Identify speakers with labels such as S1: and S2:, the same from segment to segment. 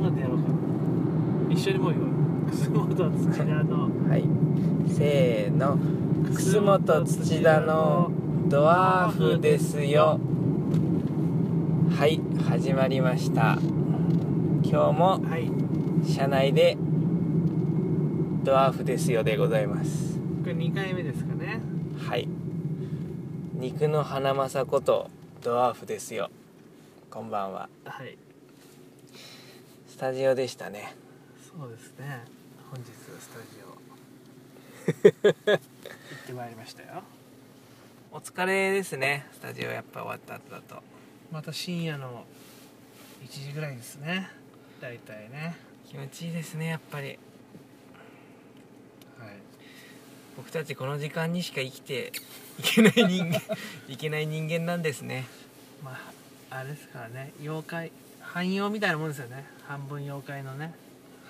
S1: なでやろうか一緒にもうよ楠本土田の
S2: はいせーの楠本土田のドワーフですよはい始まりました今日も
S1: はい
S2: 車内でドワーフですよでございます
S1: これ2回目ですかね
S2: はい肉の花正ことドワーフですよこんばんは
S1: はい
S2: スタジオでしたね
S1: そうですね本日はスタジオ 行ってまいりましたよ
S2: お疲れですねスタジオやっぱ終わった後だと
S1: また深夜の1時ぐらいですね大体ね
S2: 気持ちいいですねやっぱり
S1: はい
S2: 僕たちこの時間にしか生きていけない人 間いけない人間なんですね
S1: まああれですからね妖怪汎用みたいなもんですよね半分妖怪のね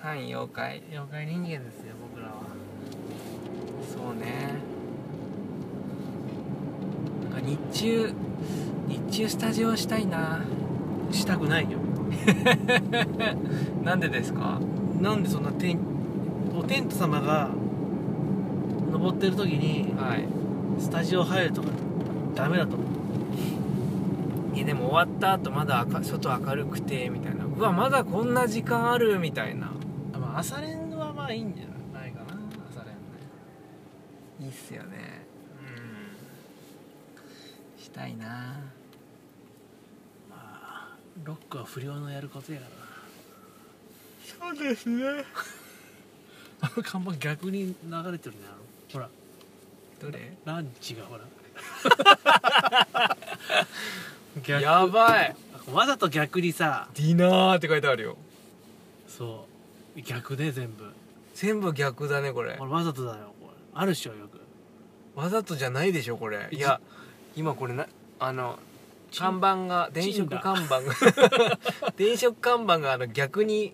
S2: 反妖怪
S1: 妖怪人間ですよ僕らは
S2: そうねなんか日中日中スタジオしたいな
S1: したくないよ
S2: なんでですか
S1: なんでそんな天お天道様が登ってる時に
S2: はい
S1: スタジオ入るとかダメだと思う
S2: いやでも終わった後まだ明る外明るくてみたいなうわまだこんな時間あるみたいな
S1: あまあ朝練はまあいいんじゃないかな朝練ね
S2: いいっすよね
S1: う
S2: したいなん
S1: まあロックは不良のやることやからな
S2: そうですね
S1: あの看板逆に流れてるねあのほら
S2: どれ
S1: ランチがほ ら逆
S2: やばい
S1: わざと逆にさ
S2: ディナーって書いてあるよ
S1: そう逆で全部
S2: 全部逆だねこれ
S1: これわざとだよこれあるっしょよく
S2: わざとじゃないでしょこれ
S1: い
S2: いや今これなあの看板が電
S1: チン
S2: 飾
S1: だ
S2: 看板が 電飾看板があの逆に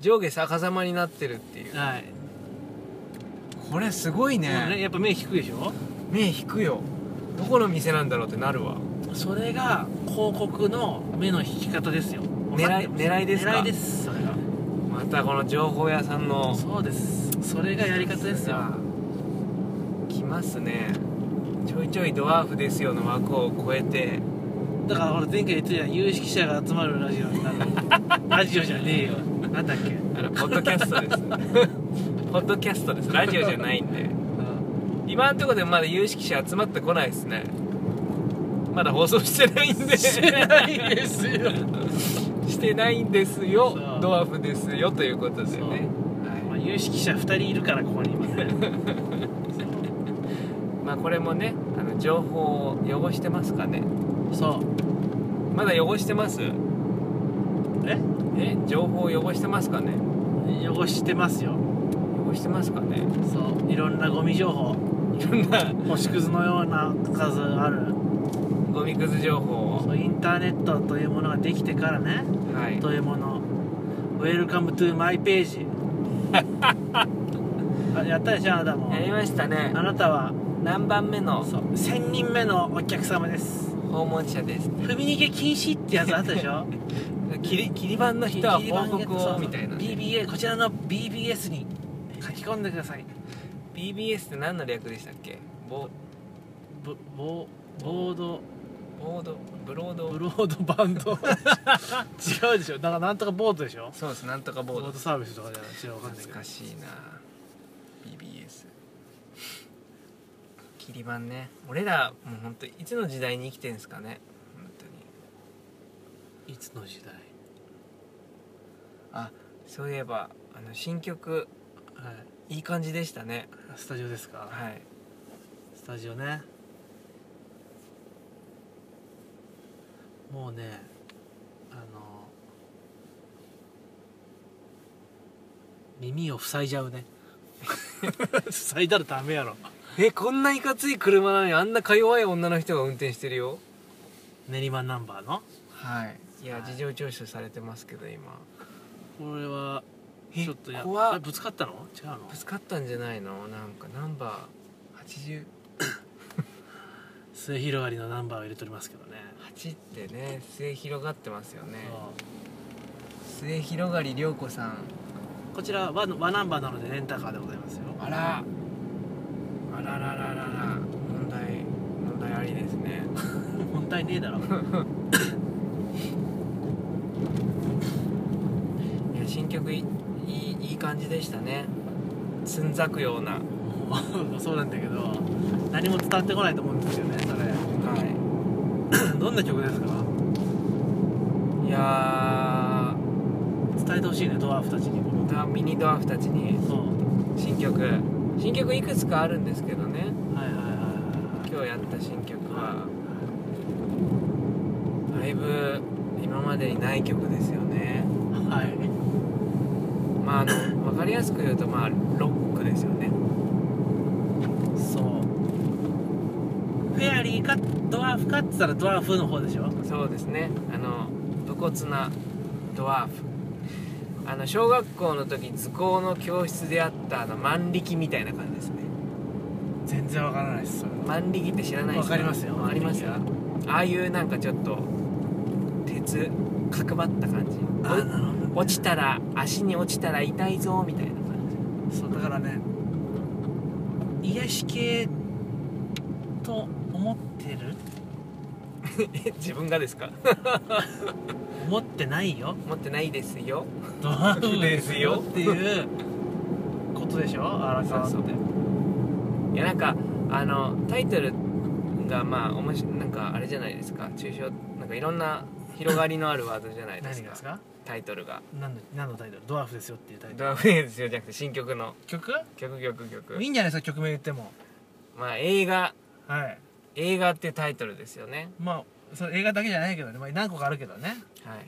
S2: 上下逆さまになってるっていう
S1: はい、
S2: これすごい
S1: もうね
S2: ね
S1: やっぱ目引くでしょ
S2: 目引くよどこの店なんだろうってなるわ
S1: それが広告の目の引き方ですよ
S2: 狙い狙いですか
S1: 狙いですそれが
S2: またこの情報屋さんの
S1: そうですそれがやり方ですよ
S2: 来ますねちょいちょいドワーフですよの枠を超えて
S1: だからほら前回言ってたじゃん有識者が集まるラジオにな るラジオじゃねえよなんだっけ
S2: あのポッドキャストです ポッドキャストですラジオじゃないんで今んとこでまだ有識者集まってこないですねまだ放送してない んで
S1: してないですよ
S2: してないんですよ
S1: そう
S2: ドワーフですよということで
S1: そ
S2: ね
S1: う ま
S2: は
S1: あ、有識者2人いるからここに今ね
S2: い、まあこれもねあの情報を汚してますかね
S1: そう
S2: まだ汚してます
S1: え
S2: え情報を汚してますかね
S1: 汚してますよ
S2: 汚してますかね
S1: そういろんなゴミ情報
S2: いろんな
S1: 星屑のような数ある
S2: ゴミくず情報を
S1: そうインターネットというものができてからね
S2: はい
S1: というものウェルカムトゥマイページあ やったでしょあなたも
S2: やりましたね
S1: あなたは
S2: 何番目の
S1: そう1000人目のお客様です
S2: 訪問者です
S1: 踏み逃げ禁止ってやつあったでし ょ
S2: 切り切り板の人は報告をみたいな、ね、
S1: BBA こちらの BBS に書き込んでください
S2: BBS って何の略でしたっけボ
S1: ボボボード
S2: ボードブロード
S1: ブロードバン ド違うでしょだからなんとかボードでしょ
S2: そうですなんとかボ
S1: ボ
S2: ー
S1: ー
S2: ド
S1: ドサービスとかじゃない違うわかんないけ
S2: 懐
S1: ど
S2: かしいな BBS 切り板ね俺らもうほんといつの時代に生きてんすかね本当に
S1: いつの時代
S2: そういえばあの新曲
S1: はい
S2: いい感じでしたね
S1: スタジオですか、
S2: はい
S1: スタジオねもうねあの耳を塞いじゃうね塞いだらダメやろ
S2: えこんないかつい車なのにあんなか弱い女の人が運転してるよ
S1: 練馬ナンバーの
S2: はいいや
S1: はい
S2: 事情聴取されてますけど今
S1: これは
S2: え
S1: ちょっとや
S2: 怖っ
S1: あぶつかったの違うの
S2: ぶつかったんじゃないのなんかナンバー
S1: 末広がりのナンバーを入れておりますけどね
S2: 88ってね末広がってますよね
S1: そう
S2: 末広がり涼子さん
S1: こちらは和和ナンバーなのでレンタカーでございますよ
S2: あらあららららら問題問題ありです ね
S1: 問題ねえ だろ
S2: いや新曲いいいいいい感じでしたねつんざくようなは
S1: そうなんだけど何も伝わってこないと思うんですよねそれどんな曲ですか
S2: いいや
S1: 伝えてほしいねドワーフたちに
S2: ードアミニドワーフたちに
S1: そう
S2: 新曲新曲いくつかあるんですけどね
S1: はいはいはい
S2: 今日やった新曲はだいぶ今までにない曲ですよね
S1: はいはい
S2: まああの分かりやすく言うとまあロックですよね
S1: そうフェアリーかドワーフかって言ったらドワーフの方でしょ
S2: そうですねあの武骨なドワーフあの小学校の時図工の教室であったあの万力みたいな感じですね
S1: 全然わからないですそれ
S2: 万力って知らないです
S1: わかりますよ
S2: わかりますよ
S1: 万
S2: ああいうなんかちょっと鉄角張った感じ
S1: あなるほど
S2: 落ちたら足に落ちたら痛いぞみたいな感じ
S1: そうだからね癒し系と思ってる
S2: え自分がですか
S1: 思ってないよ
S2: 持ってないですよ
S1: ドワーフ
S2: ですよ
S1: っていうことでしょ荒川って
S2: そうそういやなんかあのタイトルがまあおもしなんかあれじゃないですか抽象なんかいろんな広がりのあるワードじゃないで
S1: 何
S2: す
S1: が
S2: か
S1: ですか
S2: タイトルが
S1: 何の何のタイトルドワーフですよっていうタイ
S2: 「
S1: ト
S2: ド
S1: ル
S2: ラフェーズよ」じゃなくて新曲の
S1: 曲
S2: 曲曲曲
S1: いいんじゃないですか曲名言っても
S2: まあ映画
S1: はい
S2: 映画ってタイトルですよね
S1: まあそれ映画だけじゃないけどね、まあ、何個かあるけどね
S2: はい、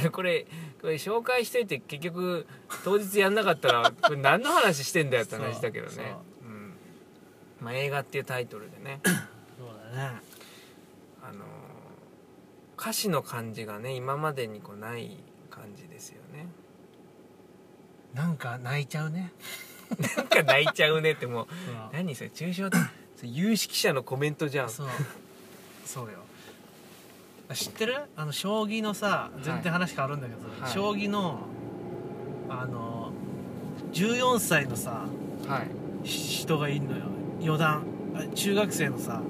S2: うん これこれ紹介しといて結局当日やんなかったらこれ何の話してんだよって話だけど
S1: そう
S2: ねうんまあ映画っていうタイトルでね
S1: そうだね
S2: あのー歌詞の感じがね今までにこうない感じですよね
S1: なんか泣いちゃうね
S2: なんか泣いちゃうねってもう
S1: そう
S2: 何それ抽象的それ有識者のコメントじゃん
S1: そうそうよ知ってるあの将棋のさ全然話変わるんだけど、
S2: はい
S1: 将棋のあの14歳のさ
S2: はい
S1: し人がいんのよ四段あ中学生のさ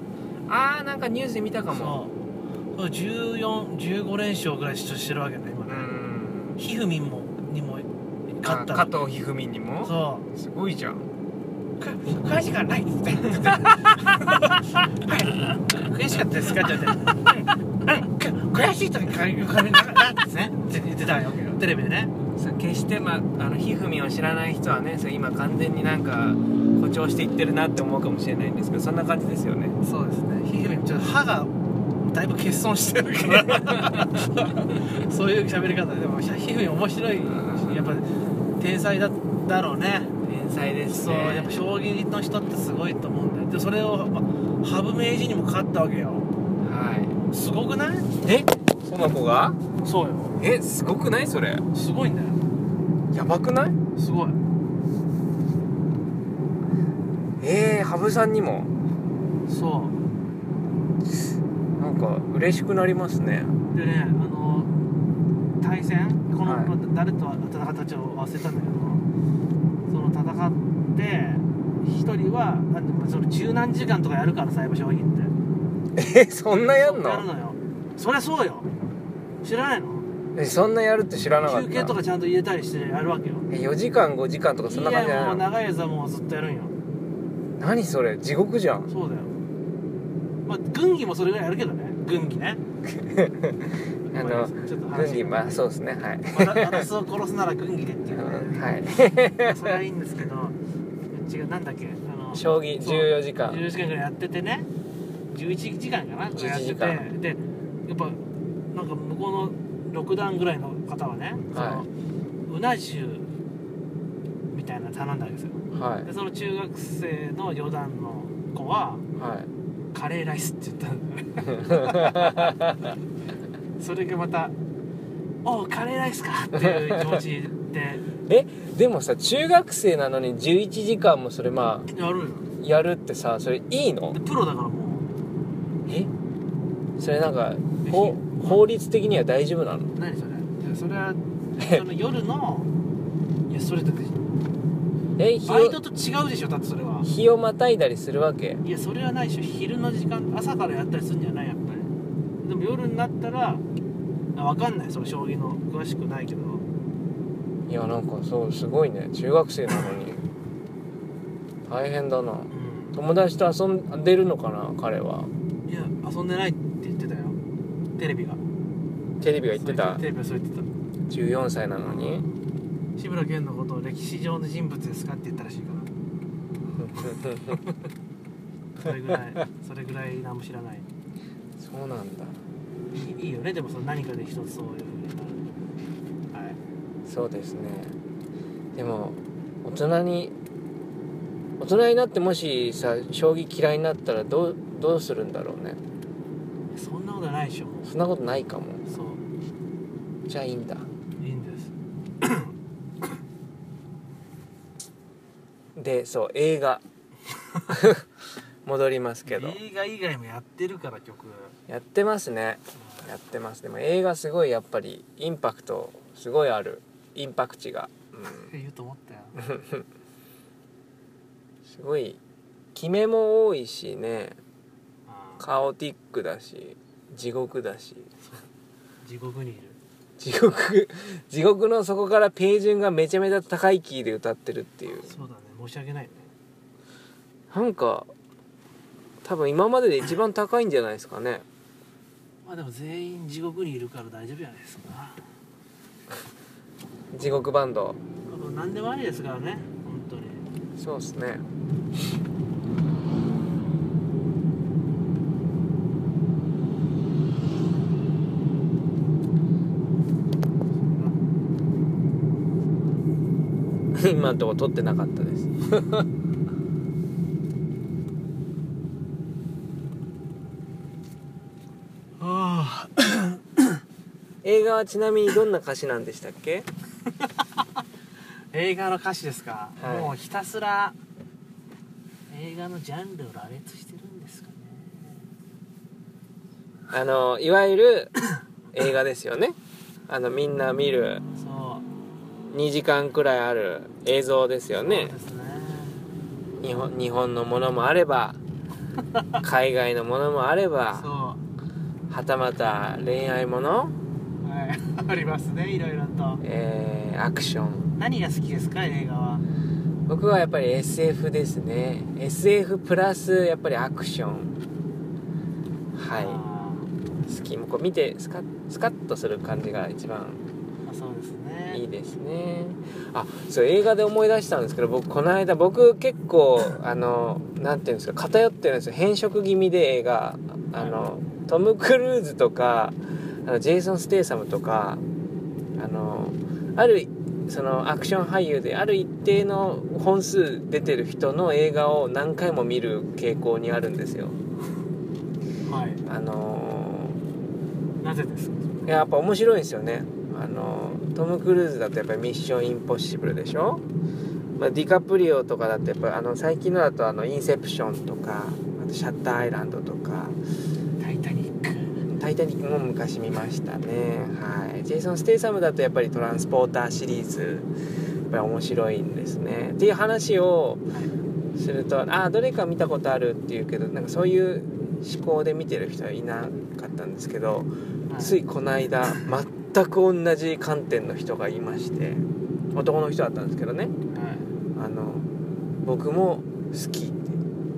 S2: あーなんかニュースで見たかも
S1: そうそう1415連勝ぐらいしてるわけね今
S2: う
S1: ね
S2: ん
S1: ひふみんもにも勝
S2: あ
S1: った
S2: 加
S1: の
S2: 藤一二三にも
S1: そう
S2: すごいじゃん
S1: 悔しかないっつって悔しかったですかって言って悔しいとき金なかったですねって言ってたよテレビでね
S2: そう決して、まあ、あのひふみんを知らない人はねそれ今完全になんか誇張していってるなって思うかもしれないんですけどそんな感じですよね
S1: そうですねひげめちょっと歯がだいぶ欠損してるからそういう喋り方でもひげめ面白いやっぱ天才だだろうね
S2: 天才です
S1: そう
S2: ね
S1: やっぱ将棋の人ってすごいと思うんだよでそれをま羽生名人にも勝ったわけよ
S2: は
S1: すごくない
S2: いえその子が
S1: そうよ
S2: えすごくないそれ
S1: すごいんだよ
S2: やばくない
S1: すごい
S2: ええー、羽生さんにも
S1: そう
S2: なんか嬉しくなりますね
S1: でね、あの対戦この、
S2: はい
S1: 誰と戦ったかちょっと忘れたんだけどその戦って一人はだってその十何時間とかやるからさやっぱ将棋って
S2: えそんなやん
S1: そうやる
S2: の
S1: のよそりゃそうよ知らないの
S2: えそんなやるって知らなかった
S1: 休憩とかちゃんと入れたりしてやるわけよ
S2: え4時間5時間とかそんな感じ
S1: い
S2: じ
S1: やも
S2: ゃ
S1: う
S2: ないの
S1: 長いやつはもうずっとやるんよ
S2: 何それ地獄じゃん
S1: そうだよまあ軍技もそれぐらいやるけどね軍技ね
S2: あ
S1: ごめんな
S2: の
S1: さいちょっと
S2: 軍
S1: 話
S2: 技まあそうですねはい、
S1: わた私を殺すなら軍技でっていううね
S2: ん、 はい
S1: それはいいんですけど違うなんだっけあの
S2: 将棋
S1: そう
S2: 14時間
S1: 14時間ぐらいやっててね11時間かなこれやってて
S2: 11時間
S1: でやっぱなんか向こうの6段ぐらいの方はね、
S2: は
S1: そのうな重みたいなの頼んだわけですよ
S2: はい
S1: でその中学生の四段の子は
S2: はい
S1: カレーライスって言ったんだよね それがまた「おうカレーライスか!」っていう気持ちで
S2: えでもさ中学生なのに11時間もそれまあ
S1: やるよ
S2: やるってさそれいいの
S1: でプロだからもう
S2: えそれなんか法法律的には大丈夫なの
S1: 何それじゃんそれ はその夜のいやそれだって
S2: え日
S1: バイ
S2: を
S1: トと違うでしょだってそれは
S2: 日をまたいだりするわけ
S1: いやそれはないでしょ昼の時間朝からやったりするんじゃないやっぱりでも夜になったらあわかんないその将棋の詳しくないけど
S2: いやなんかそうすごいね中学生なのに大変だな
S1: う
S2: 友達と遊んでるのかな彼は
S1: んいや遊んでないって言ってたよテレビが
S2: テレビが言ってた
S1: テレビはそう言ってた
S2: 14歳なのに
S1: 志村けんのことを歴史上の人物ですかって言ったらしいからそれぐらいそれぐらい何も知らない
S2: そうなんだ
S1: いいいよねでもその何かで一つそういうふうになるはい
S2: そうですねでも大人に大人になってもしさ将棋嫌いになったらどうどうするんだろうね
S1: そんなことないでしょ
S2: そんなことないかも
S1: そう
S2: じゃあいいんだ
S1: いいんです
S2: でそう映画 戻りますけど
S1: 映画以外もやってるから曲
S2: やってますねやってますでも映画すごいやっぱりインパクトすごいあるインパクチが、うん
S1: 言うと思ったよ
S2: すごいキメも多いしね
S1: ああ
S2: カオティックだし地獄だし
S1: 地獄にいる
S2: 地獄 地獄の底からページュンがめちゃめちゃ高いキーで歌ってるっていう
S1: そうだね申し訳ないね
S2: なんか多分今までで一番高いんじゃないですかね
S1: まあでも全員地獄にいるから大丈夫じゃないですか
S2: 地獄バンド
S1: もう何でもありですからね本当に
S2: そうっすね 今んとこ撮ってなかったです
S1: ああ
S2: 映画はちなみにどんな歌詞なんでしたっけ
S1: 映画の歌詞ですか、
S2: はい
S1: もうひたすら映画のジャンルを羅列してるんですかね
S2: あのいわゆ る映画ですよねあのみんな見る
S1: そう
S2: 2時間くらいある映像ですよ
S1: そう
S2: ね
S1: ですね
S2: 日本日本のものもあれ ば海外のものもあれば
S1: そ
S2: はたまた恋愛もの、
S1: うはい ありますねいろいろと
S2: えーアクション
S1: 何が好きですか映画は
S2: 僕はやっぱり SF ですね SF プラスやっぱりアクションは
S1: あ
S2: い好きもうこう見てスカッスカッとする感じが一番
S1: ーまあそうですね
S2: いいですねあそう映画で思い出したんですけど僕この間僕結構あのなんていうんですか偏ってるんですよ変色気味で映画あのトム・クルーズとかあのジェイソン・ステイサムとかあのあるそのアクション俳優である一定の本数出てる人の映画を何回も見る傾向にあるんですよ
S1: はい
S2: あの
S1: なぜですか
S2: やっぱ面白いんですよねあのトム・クルーズだとやっぱり「ミッション・インポッシブル」でしょ、まあ、ディカプリオとかだとやっぱあの最近のだとあの「インセプション」とかあと「シャッターアイランド」とか
S1: タイタニック
S2: 「タイタニック」も昔見ましたねはいジェイソン・ステイサムだとやっぱり「トランスポーター」シリーズやっぱり面白いんですねっていう話をすると「ああどれか見たことある」っていうけどなんかそういう思考で見てる人はいなかったんですけどついこの間全く同じ観点の人がいまして男の人だったんですけどね
S1: はい
S2: あの僕も好きって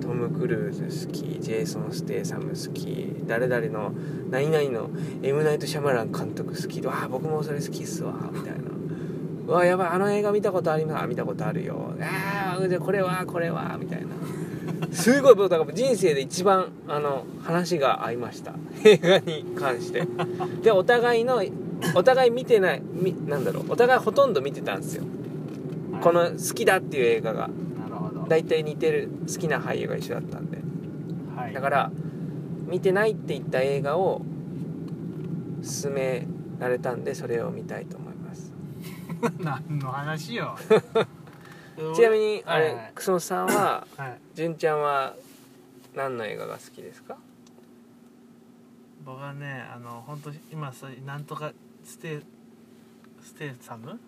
S2: トム・クルーズ好きジェイソン・ステイサム好き誰々の何々の M ・ナイト・シャマラン監督好きわあ僕もそれ好きっすわみたいなうわやばいあの映画見たことありますあ見たことあるよああじゃあこれはこれはみたいなすごい僕だから人生で一番あの話が合いました映画に関してでお互いのお互い見てないみなんだろうお互いほとんど見てたんですよ
S1: はい
S2: この好きだっていう映画が
S1: なるほど
S2: 大体似てる好きな俳優が一緒だったんで
S1: はい
S2: だから見てないって言った映画を勧められたんでそれを見たいと思います
S1: 何の話よ
S2: ちなみにあ
S1: はいは
S2: れ
S1: い
S2: 楠本さんは
S1: はい
S2: 純ちゃんは何の映画が好きですか
S1: 僕はねあの本当今さなんとかステイステーサム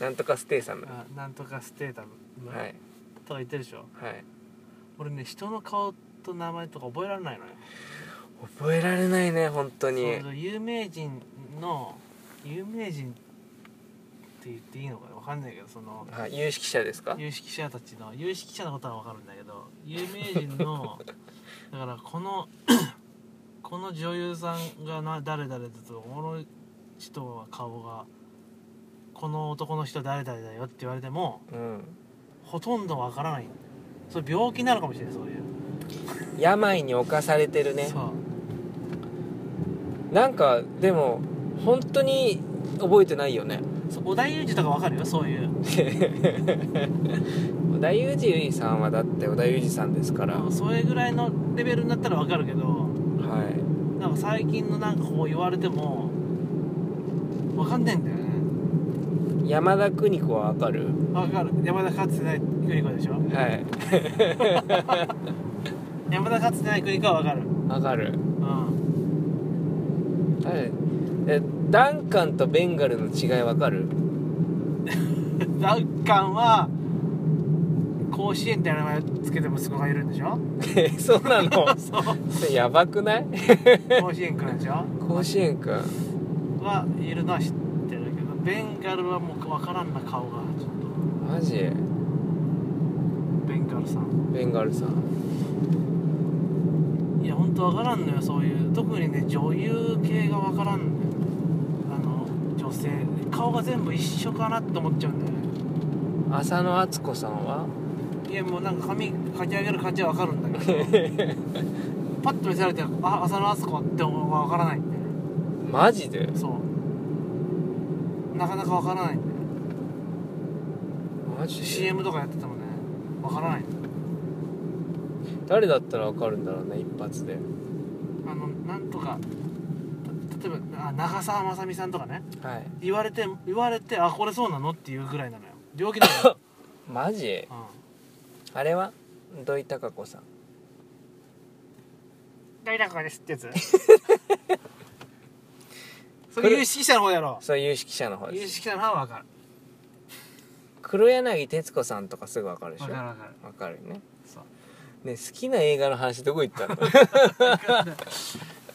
S2: なんとかステイさんの
S1: あなんとかステータム、
S2: はい
S1: とか言ってるでしょ
S2: はい
S1: 俺ね人の顔と名前とか覚えられないのよ
S2: 覚えられないね本当に
S1: そう有名人の有名人って言っていいのかなわかんないけどその
S2: あ有識者ですか
S1: 有識者たちの有識者のことはわかるんだけど有名人 のだからこの この女優さんがな誰々だとこの人は顔がこの男の人は誰々だよって言われても
S2: うん
S1: ほとんどわからないそれ病気なのかもしれないそういう、
S2: 病に侵されてるね
S1: そう
S2: なんかでも本当に覚えてないよね
S1: そう織田裕二とかわかるよそういう
S2: 織田裕二さんはだって織田裕二さんですから、
S1: うん
S2: は
S1: それぐらいのレベルになったらわかるけど
S2: い
S1: なんか最近のなんかこう言われてもわかんないんだよね
S2: 山田邦子はわかる
S1: わかる山田かつてない国子でしょ
S2: はい
S1: 山田かつてない国子はわかる
S2: わかる
S1: うん
S2: 誰えダンカンとベンガルの違いわかる
S1: ダウカンは甲子園って名前つけて息子がいるんでしょ
S2: えそうなの
S1: そう
S2: それやばくない
S1: 甲子園くんでしょ
S2: 甲子園か
S1: はいるのは知ってるけどベンガルはもうわからんな顔がちょっ
S2: マジ
S1: とベンガルさん
S2: ベンガルさん
S1: いや本当わからんのよそういう特にね女優系がわからんのよあの女性顔が全部一緒かなって思っちゃうんだよね
S2: 浅野敦子さんはい
S1: やもうなんか髪かき上げる感じはわかるんだ けどパッと見せられてあ浅野敦子って思うのがわからないんだよね
S2: マジで
S1: そうなかなかわからないんだよ
S2: マジで
S1: CM とかやっててもねわからない
S2: 誰だったらわかるんだろうね一発で
S1: あのなんとかた例えばあ長澤まさみさんとかね
S2: はい
S1: 言われて言われてあこれそうなのっていうぐらいなのよ病気な のよ、
S2: マジ
S1: うん
S2: あれは土井孝子さん
S1: 大落語ですってやつ そ
S2: こ
S1: れ
S2: れ
S1: 有識者の方やろ
S2: そう有識者の方で
S1: 有
S2: す
S1: 識者の方は分かる
S2: 黒柳徹子さんとかすぐわかるでしょ
S1: 分かる
S2: わ
S1: 分かる
S2: かるよね
S1: そう
S2: ね好きな映画の話どこ行った の
S1: だか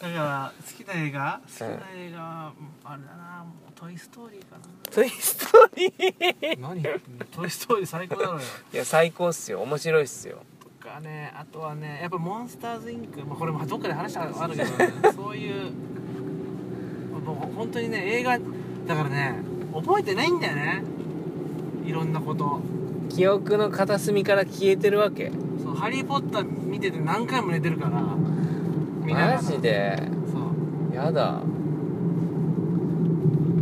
S1: ら好きな映画好きな映画はうんあれだなもう「トイ・ストーリー」か
S2: トイストーリー
S1: な何「トイ・ストーリー」最高だろよ
S2: いや最高っすよ面白いっすよ
S1: とかねあとはねやっぱ「モンスターズ・インク」まあ、これもどっかで話したことあるけど、 ね、そういうもう本当にね映画だからね覚えてないんだよねいろんなこと
S2: 記憶の片隅から消えてるわけ
S1: そう「ハリー・ポッター」見てて何回も寝てるから見ながら
S2: マジで
S1: そう
S2: やだ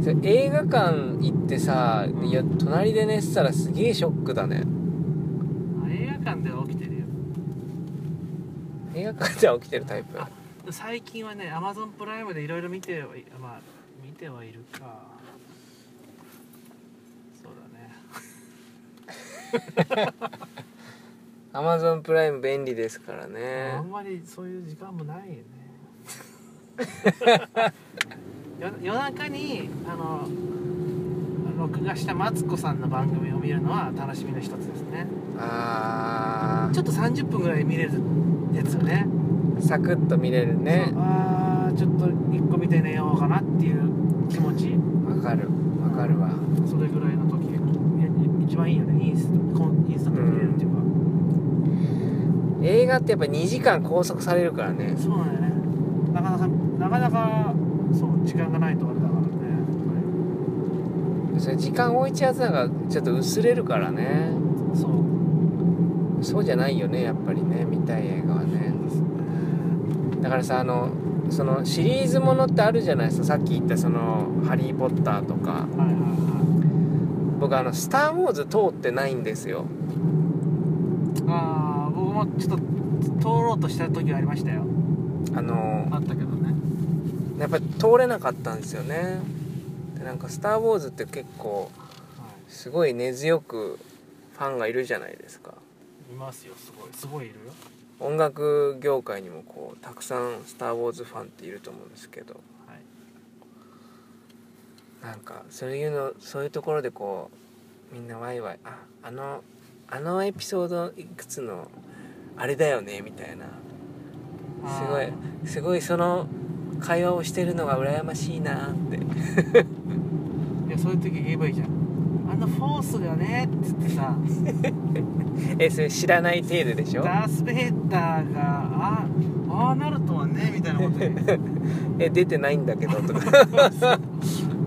S2: それ映画館行ってさいや隣で寝てたらすげえショックだね
S1: あ映画館では起きてるよ
S2: 映画館じゃ起きてるタイプ
S1: あ最近はねアマゾンプライムでいろいろ見てはいまあ見てはいるかそうだね
S2: Amazon プライム便利ですからね
S1: あんまりそういう時間もないよ ね夜夜中にあの録画したマツコさんの番組を見るのは楽しみの一つですね
S2: あ
S1: ちょっと30分ぐらい見れるやつよね
S2: ーサクッと見れるね
S1: そうあーちょっと1個見て寝ようかなっていう気持ち
S2: わかるわかるわ
S1: それぐらいの時いや一番いいよねインスタこうインスタント見れるっていうか、
S2: 映画ってやっぱ2時間拘束されるからね
S1: そうなんだよねなかなかなかなかそう時間がないとあれだからね
S2: それ時間置いちゃうとなんかちょっと薄れるからね
S1: そう
S2: そうじゃないよねやっぱりね見たい映画はね
S1: ですね
S2: だからさあのそのシリーズものってあるじゃないですかさっき言ったその「ハリー・ポッター」とか
S1: はいはいは
S2: 僕あの「スター・ウォーズ」通ってないんですよ
S1: いああ僕もちょっと通ろうとした時はありましたよ
S2: あの
S1: あったけどね
S2: やっぱり通れなかったんですよねでなんか「スター・ウォーズ」って結構
S1: はい
S2: すごい根強くファンがいるじゃないですか
S1: いますよすごいすごいいるよ
S2: 音楽業界にもこうたくさん「スター・ウォーズ」ファンっていると思うんですけど
S1: はい
S2: なんかそういうのそういうところでこうみんなワイワイああのあのエピソードいくつのあれだよねみたいなすごいすごいその会話をしてるのが羨ましいなって
S1: いやそういう時言えばいいじゃんあのフォースがねっつってさ
S2: えそれ知らない程度でしょ
S1: ダース・ベイターがあああなるとはねみたいなことに
S2: え出てないんだけどとか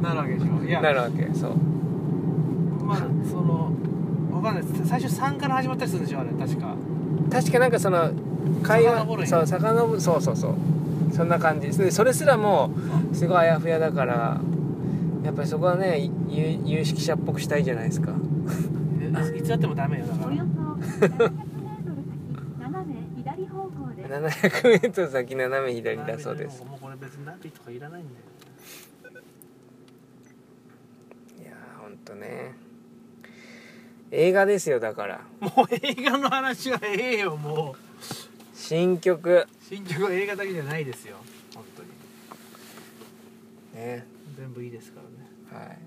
S1: なるわけでしょいや
S2: なるわけそう
S1: まあそのわかんないです最初3から始まったりするんでしょあれ確か
S2: 確かなんかその会話
S1: 遡るんや
S2: そう遡るそうそうそうそんな感じですねそれすらもうすごいあやふやだからやっぱりそこはね有有識者っぽくしたいじゃないですか
S1: えいつやってもダメよだか
S3: およ
S1: ら
S3: そ700メートル先、斜め左方向です。
S2: 700m 先斜め左だそうです
S1: もうこれ別にナビとかいらないんだよ
S2: いやーほんとね映画ですよだから
S1: もう映画の話はええよもう
S2: 新曲
S1: 新曲は映画だけじゃないですよ本当に
S2: ね
S1: 全部いいですから ね
S2: はい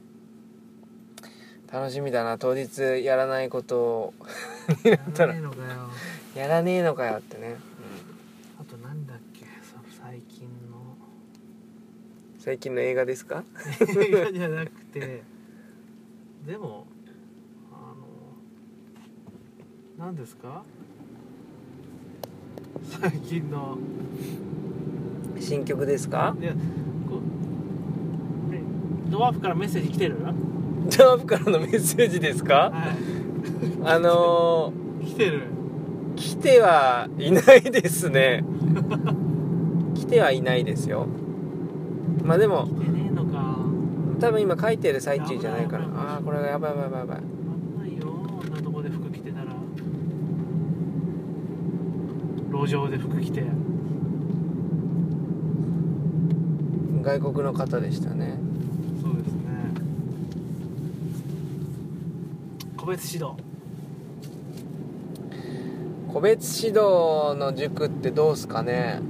S2: 楽しみだな当日やらないことを
S1: やらないのかよ
S2: やらねえのかよってね、
S1: あとなんだっけその最近の
S2: うん最近の映画ですか
S1: 映画じゃなくてでもあの何ですか最近の
S2: 新曲ですか
S1: いやこうねドワーフからメッセージ来てる
S2: ジャープからのメッセージですか
S1: は
S2: あの
S1: い来てる
S2: ー、来てはいないです ね来てはいないですよまあでも
S1: 来てねえのか
S2: 多分今書いてる最中じゃないから
S1: やばいやばい
S2: ああーこれがやばいやばいやばいやばい
S1: あんないよあんなとこで服着てたら路上で服着て
S2: 外国の方でしたね
S1: そうですね個別指導
S2: 個別指導の塾ってどうすかね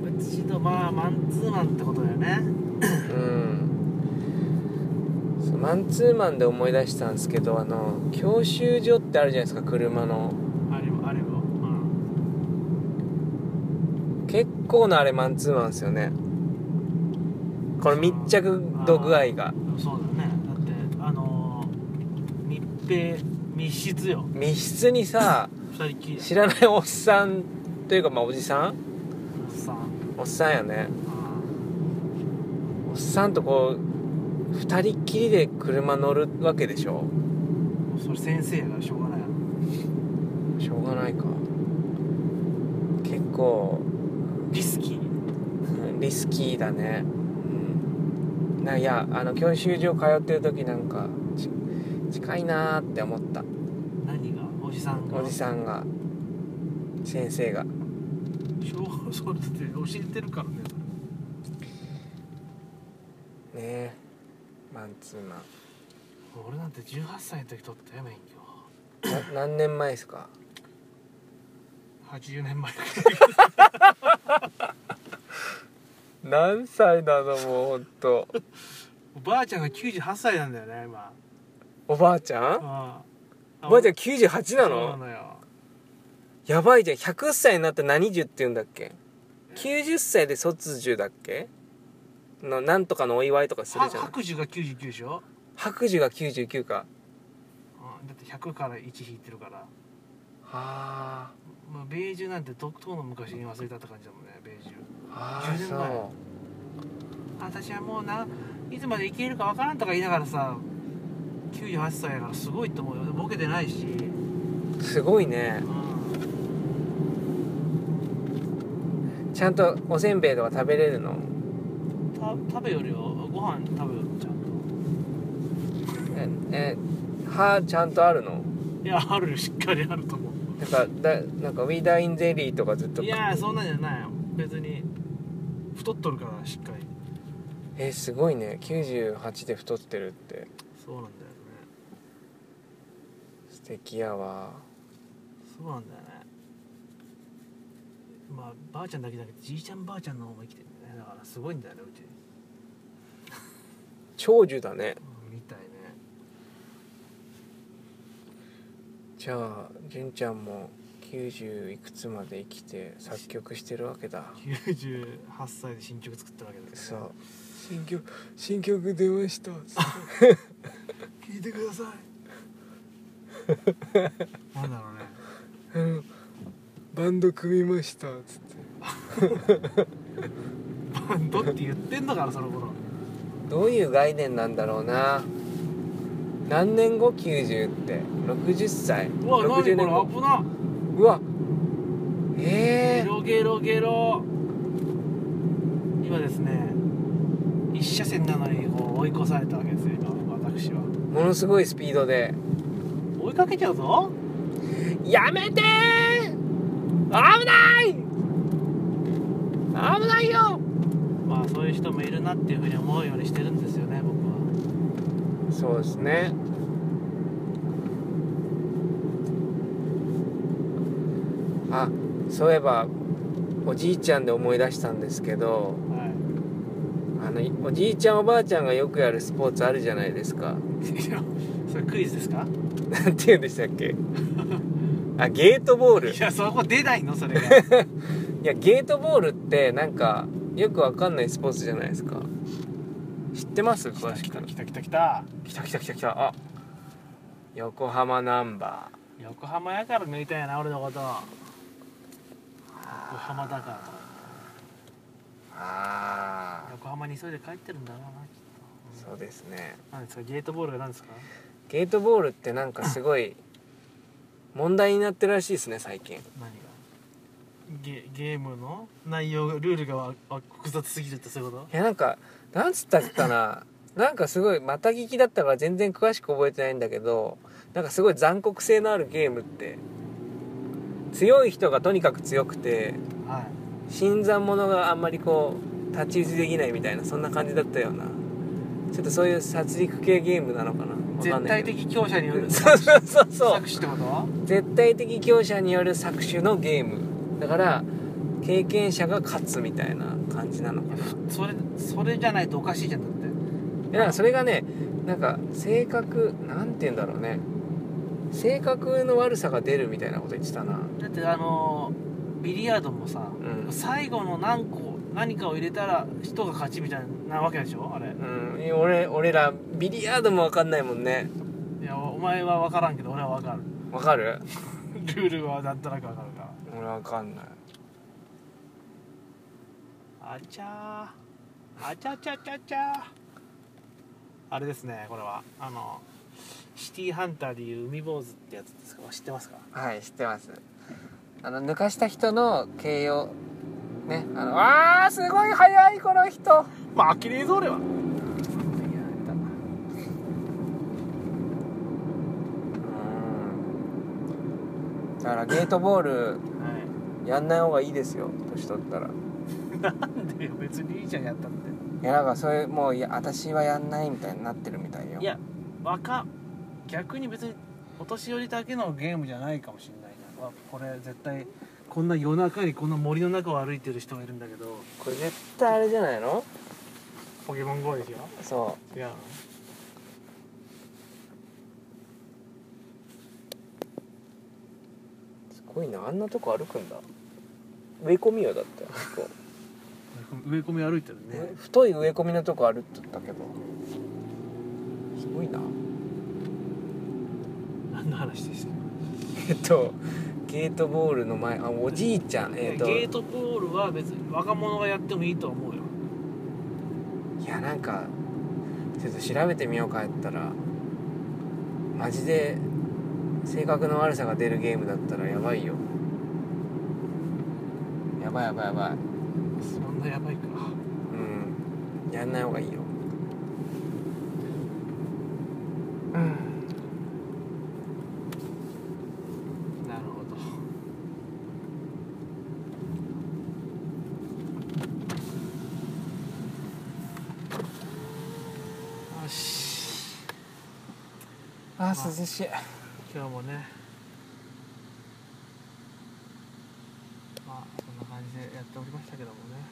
S1: 個別指導まあマンツーマンってことだよね
S2: うんそうマンツーマンで思い出したんですけどあの教習所ってあるじゃないですか車の
S1: あれもあれもうん
S2: 結構なあれマンツーマンですよねこの密着度具合が
S1: でもそうだよねだってあのー密閉密室よ
S2: 密室にさ
S1: 二人っきりだ
S2: 知らないおっさんというかまあおじさ
S1: お
S2: ん
S1: っさん
S2: おっさんやね
S1: うん
S2: おっさんとこう二人っきりで車乗るわけでしょ
S1: もうそれ先生やからしょうがないよ
S2: しょうがないか結構
S1: リスキー
S2: リスキーだね、うん、ないやあの教習所通ってる時なんかち近いなーって思った
S1: 何がおじさんが
S2: おじさんが先生が
S1: 小学校そうだって教えてるからね
S2: ねマンツーマ
S1: それ俺なんて18歳の時取ったよ免許
S2: ンな何 年前ですか
S1: 80年前くらい
S2: 何歳なのもうほんと
S1: おばあちゃんが98歳なんだよね今
S2: おばあちゃん
S1: ああ
S2: おばあちゃん98な
S1: そうな
S2: の
S1: のよ
S2: やばいじゃん100歳になって何十って言うんだっけ90歳で卒寿だっけのなんとかのお祝いとかする
S1: は
S2: じゃん
S1: 白寿が99でしょ、
S2: 白寿が99か
S1: うん、だって100から1引いてるから、
S2: はあ
S1: まあ、ベージュなんてとうとうの昔に忘れたって感じだもんねベージュ
S2: ああ
S1: 10年前
S2: そ
S1: 私はもうないつまで生きれるかわからんとか言いながらさ98歳やからすごいと思うよボケてないし、
S2: うすごいね
S1: うん、
S2: ちゃんとおせんべいとか食べれるの
S1: た食べよるよご飯食べよるちゃんと
S2: ええ歯ちゃんとあるの
S1: いやあるよしっかりあると思う
S2: なんかだなんかウィダーインゼリーとかずっと
S1: いやそんなんじゃないよ別に太っとるからしっかり
S2: えすごいね98で太ってるって
S1: そうなんだよね
S2: 素敵やわ
S1: そうなんだよねまあばあちゃんだけじゃなくてじいちゃんばあちゃんの方も生きてるんだよねだからすごいんだよねうち
S2: 長寿だね
S1: うんみたいね
S2: じゃあ純ちゃんも90いくつまで生きて作曲してるわけだ
S1: 98歳で新曲作ってるわけです
S2: そ
S1: ね
S2: う新曲新曲出ま した
S1: 聞いて くださいなんだろうね
S2: あのバンド組みましたつって
S1: バンドって言ってんだからその頃
S2: どういう概念なんだろうな何年後90って60歳
S1: うわ何これ
S2: 60年後
S1: 危な
S2: うわえ
S1: ゲロゲロゲロ今ですね一車線なのにこう追い越されたわけですよ今私は
S2: ー、ものすごいスピードで
S1: 追いかけちゃうぞ
S2: 「やめてー危ない危ないよ!
S1: まあそういう人もいるなっていうふうに思うようにしてるんですよね僕は」
S2: そうですねあそういえばおじいちゃんで思い出したんですけど
S1: はい
S2: あのいおじいちゃんおばあちゃんがよくやるスポーツあるじゃないですか
S1: いやそれクイズですか
S2: なんて言うんでしたっけあゲートボールい
S1: いやそこ出ないのそれが
S2: やゲートボールってなんかよくわかんないスポーツじゃないですか知ってます
S1: 来た
S2: 詳し
S1: 来
S2: く
S1: た来た来た来た
S2: 来た来た来た来たあ横浜ナンバ
S1: 横浜やから抜いたんやな俺のこと横浜だから
S2: ーああ
S1: 横浜に急いで帰ってるんだろうなきっと
S2: そうですね
S1: 何ですかゲートボールが何ですか
S2: ゲートボールってなんかすごい問題になってるらしいですね最近
S1: 何がゲゲームの内容ルールがわわ複雑すぎるってそういうこ
S2: いやなんかなんつったっけかななんかすごいまた聞きだったから全然詳しく覚えてないんだけどなんかすごい残酷性のあるゲームって強い人がとにかく強くて
S1: とはい
S2: 新参者があんまりこう太刀打ちできないみたいなそんな感じだったようなちょっとそういう殺戮系ゲームなのかなわか
S1: 絶
S2: んな
S1: 対
S2: いけど
S1: 的強者による
S2: そうそうそうそ
S1: 搾
S2: う
S1: 取ってこと
S2: 絶対的強者による搾取のゲームだから経験者が勝つみたいな感じなのかな
S1: それそれじゃないとおかしいじゃんだって
S2: いやなんかそれがねなんか性格なんて言うんだろうね性格の悪さが出るみたいなこと言ってたな
S1: だってあのービリヤードもさ、
S2: うん
S1: 最後の何個何かを入れたら人が勝ちみたいなわけでしょあれ
S2: うん俺俺らビリヤードも分かんないもんね
S1: いやお前は分からんけど俺は分かる
S2: わかる
S1: ルールはなんとなく分かるか
S2: 俺分かんない
S1: らあちゃーあちゃちゃちゃちゃあれですねこれはあのシティーハンターでいう海坊主ってやつですか知ってますか
S2: はい知ってますあの抜かした人の形容ねあのあーすごい速いこの人
S1: まあきれいぞ俺は
S2: うんだからゲートボール
S1: は
S2: やんない方がいいですよ年取ったらい
S1: いなんでよ別にいいじゃんやったって
S2: やなんかそういうもういや私はやんないみたいになってるみたいよ
S1: いや若逆に別にお年寄りだけのゲームじゃないかもしれないなわこれ絶対こんな夜中にこんな森の中を歩いてる人がいるんだけど
S2: これ絶対あれじゃないの
S1: ポケモン GO ですよ
S2: そ
S1: 違うの
S2: うすごいなあんなとこ歩くんだ植え込みよだってあそこ
S1: 植え込み歩いてるね
S2: ね太い植え込みのとこ歩いてたけどすごいな
S1: 何の話でした
S2: えっとゲートボールの前あおじいちゃんえっと
S1: ゲートボールは別に若者がやってもいいと思うよ
S2: いやなんかちょっと調べてみようかやったらマジで性格の悪さが出るゲームだったらやばいよやばいやばいやばい
S1: そんなやばいか
S2: うんやんない方がいいようん
S1: なるほどよし
S2: あ
S1: ー
S2: 涼しい
S1: 今日もねまあそんな感じでやっておりましたけどもね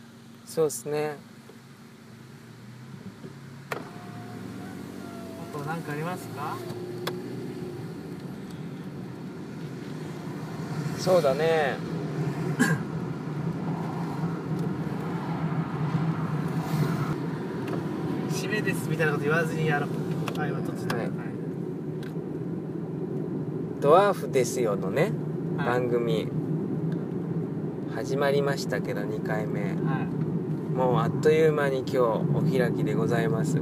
S2: そうですね
S1: 何かありますか
S2: そうだね
S1: 締めですみたいなこと言わずにやろうはい今撮ってた、
S2: は
S1: はいい
S2: ドワーフですよのね、
S1: はい
S2: 番組始まりましたけど2回目
S1: はい、
S2: もうあっという間に今日お開きでございます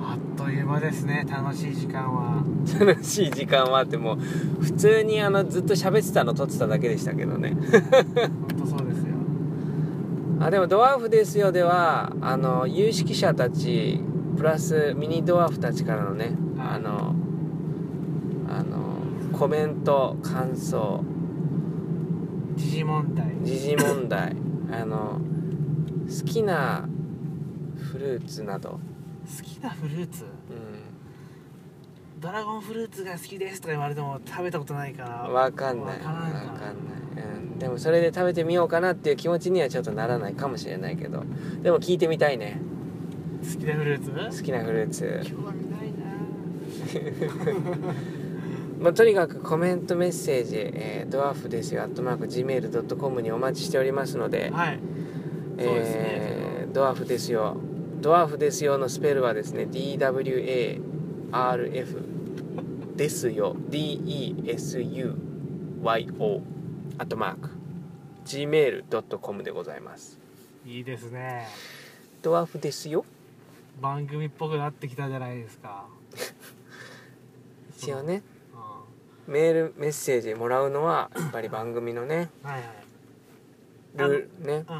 S1: あっという間ですね楽しい時間は
S2: 楽しい時間はあってもう普通にあのずっと喋ってたの撮ってただけでしたけどね
S1: 本当そうですよ
S2: あでも「ドワーフですよ」ではあの有識者たちプラスミニドワーフたちからのねあのあのコメント感想
S1: 時事問題
S2: 時事問題あの好きなフルーツなど、
S1: 好きなフルーツ
S2: う
S1: ドラゴンフルーツが好きですとか言われても食べたことないから
S2: ん、分かんない
S1: わ
S2: 分
S1: からないから
S2: かんない、うん、でもそれで食べてみようかなっていう気持ちにはちょっとならないかもしれないけどでも聞いてみたいね
S1: 好きなフルーツ
S2: 好きなフルーツ
S1: 興味ないな
S2: まあ、とにかくコメントメッセージ、えードワーフですよ、アットマーク Gmail.com にお待ちしておりますので、
S1: はいそうですね
S2: えードワーフですよ、ドワーフですよのスペルはですね、DWARF ですよ、DESUYO、アットマーク、Gmail.com でございます。
S1: いいですね
S2: ドワーフですよ、
S1: 番組っぽくなってきたじゃないですか
S2: 一応ね、
S1: うん
S2: メール、メッセージもらうのは、やっぱり番組のね、
S1: はいはい
S2: ルール、ね、
S1: う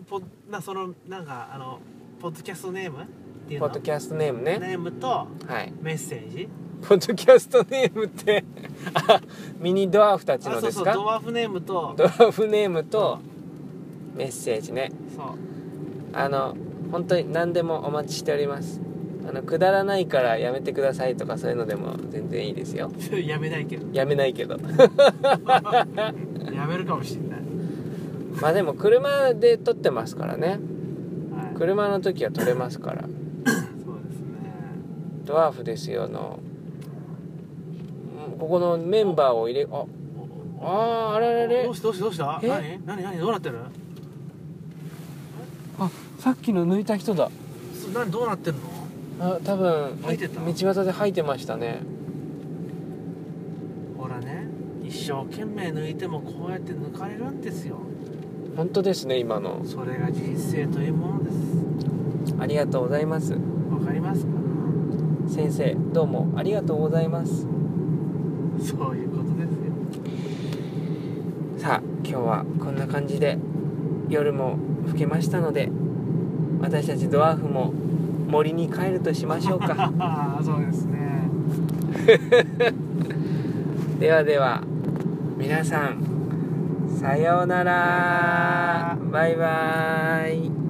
S1: んポなそのなんかあのポッドキャストネームっていう
S2: ポ
S1: の
S2: ッドキャストネームね。
S1: ネームと
S2: はい
S1: メッセージ
S2: ポッドキャストネームってあミニドワーフたち
S1: あ
S2: の
S1: そう
S2: です
S1: そう
S2: か
S1: ドワーフネームと
S2: ドワーフネームとメッセージね
S1: そう
S2: あの本当に何でもお待ちしておりますあのくだらないからやめてくださいとかそういうのでも全然いいですよ
S1: やめないけど
S2: やめないけど
S1: やめるかもしれない、
S2: まあでも車で撮ってますからね
S1: はい、
S2: 車の時は撮れますから
S1: そうですね
S2: ドワーフですよのうんここのメンバーを入れあ
S1: おお
S2: あーあれあれあれ
S1: どうしたどうしたどうした
S2: え
S1: 何何何どうなってる
S2: あさっきの抜いた人だ
S1: そ何どうなってるの
S2: あ多分
S1: 吐いてた
S2: み道端で吐いてましたね
S1: ほらね一生懸命抜いてもこうやって抜かれるんですよ
S2: 本当ですね今の
S1: それが人生というものです
S2: ありがとうございます
S1: わかりますか
S2: 先生どうもありがとうございます
S1: そういうことですよ
S2: さあ今日はこんな感じで夜も更けましたので私たちドワーフも森に帰るとしましょう か
S1: ああそうですね
S2: ではでは皆さんさようならバイバイ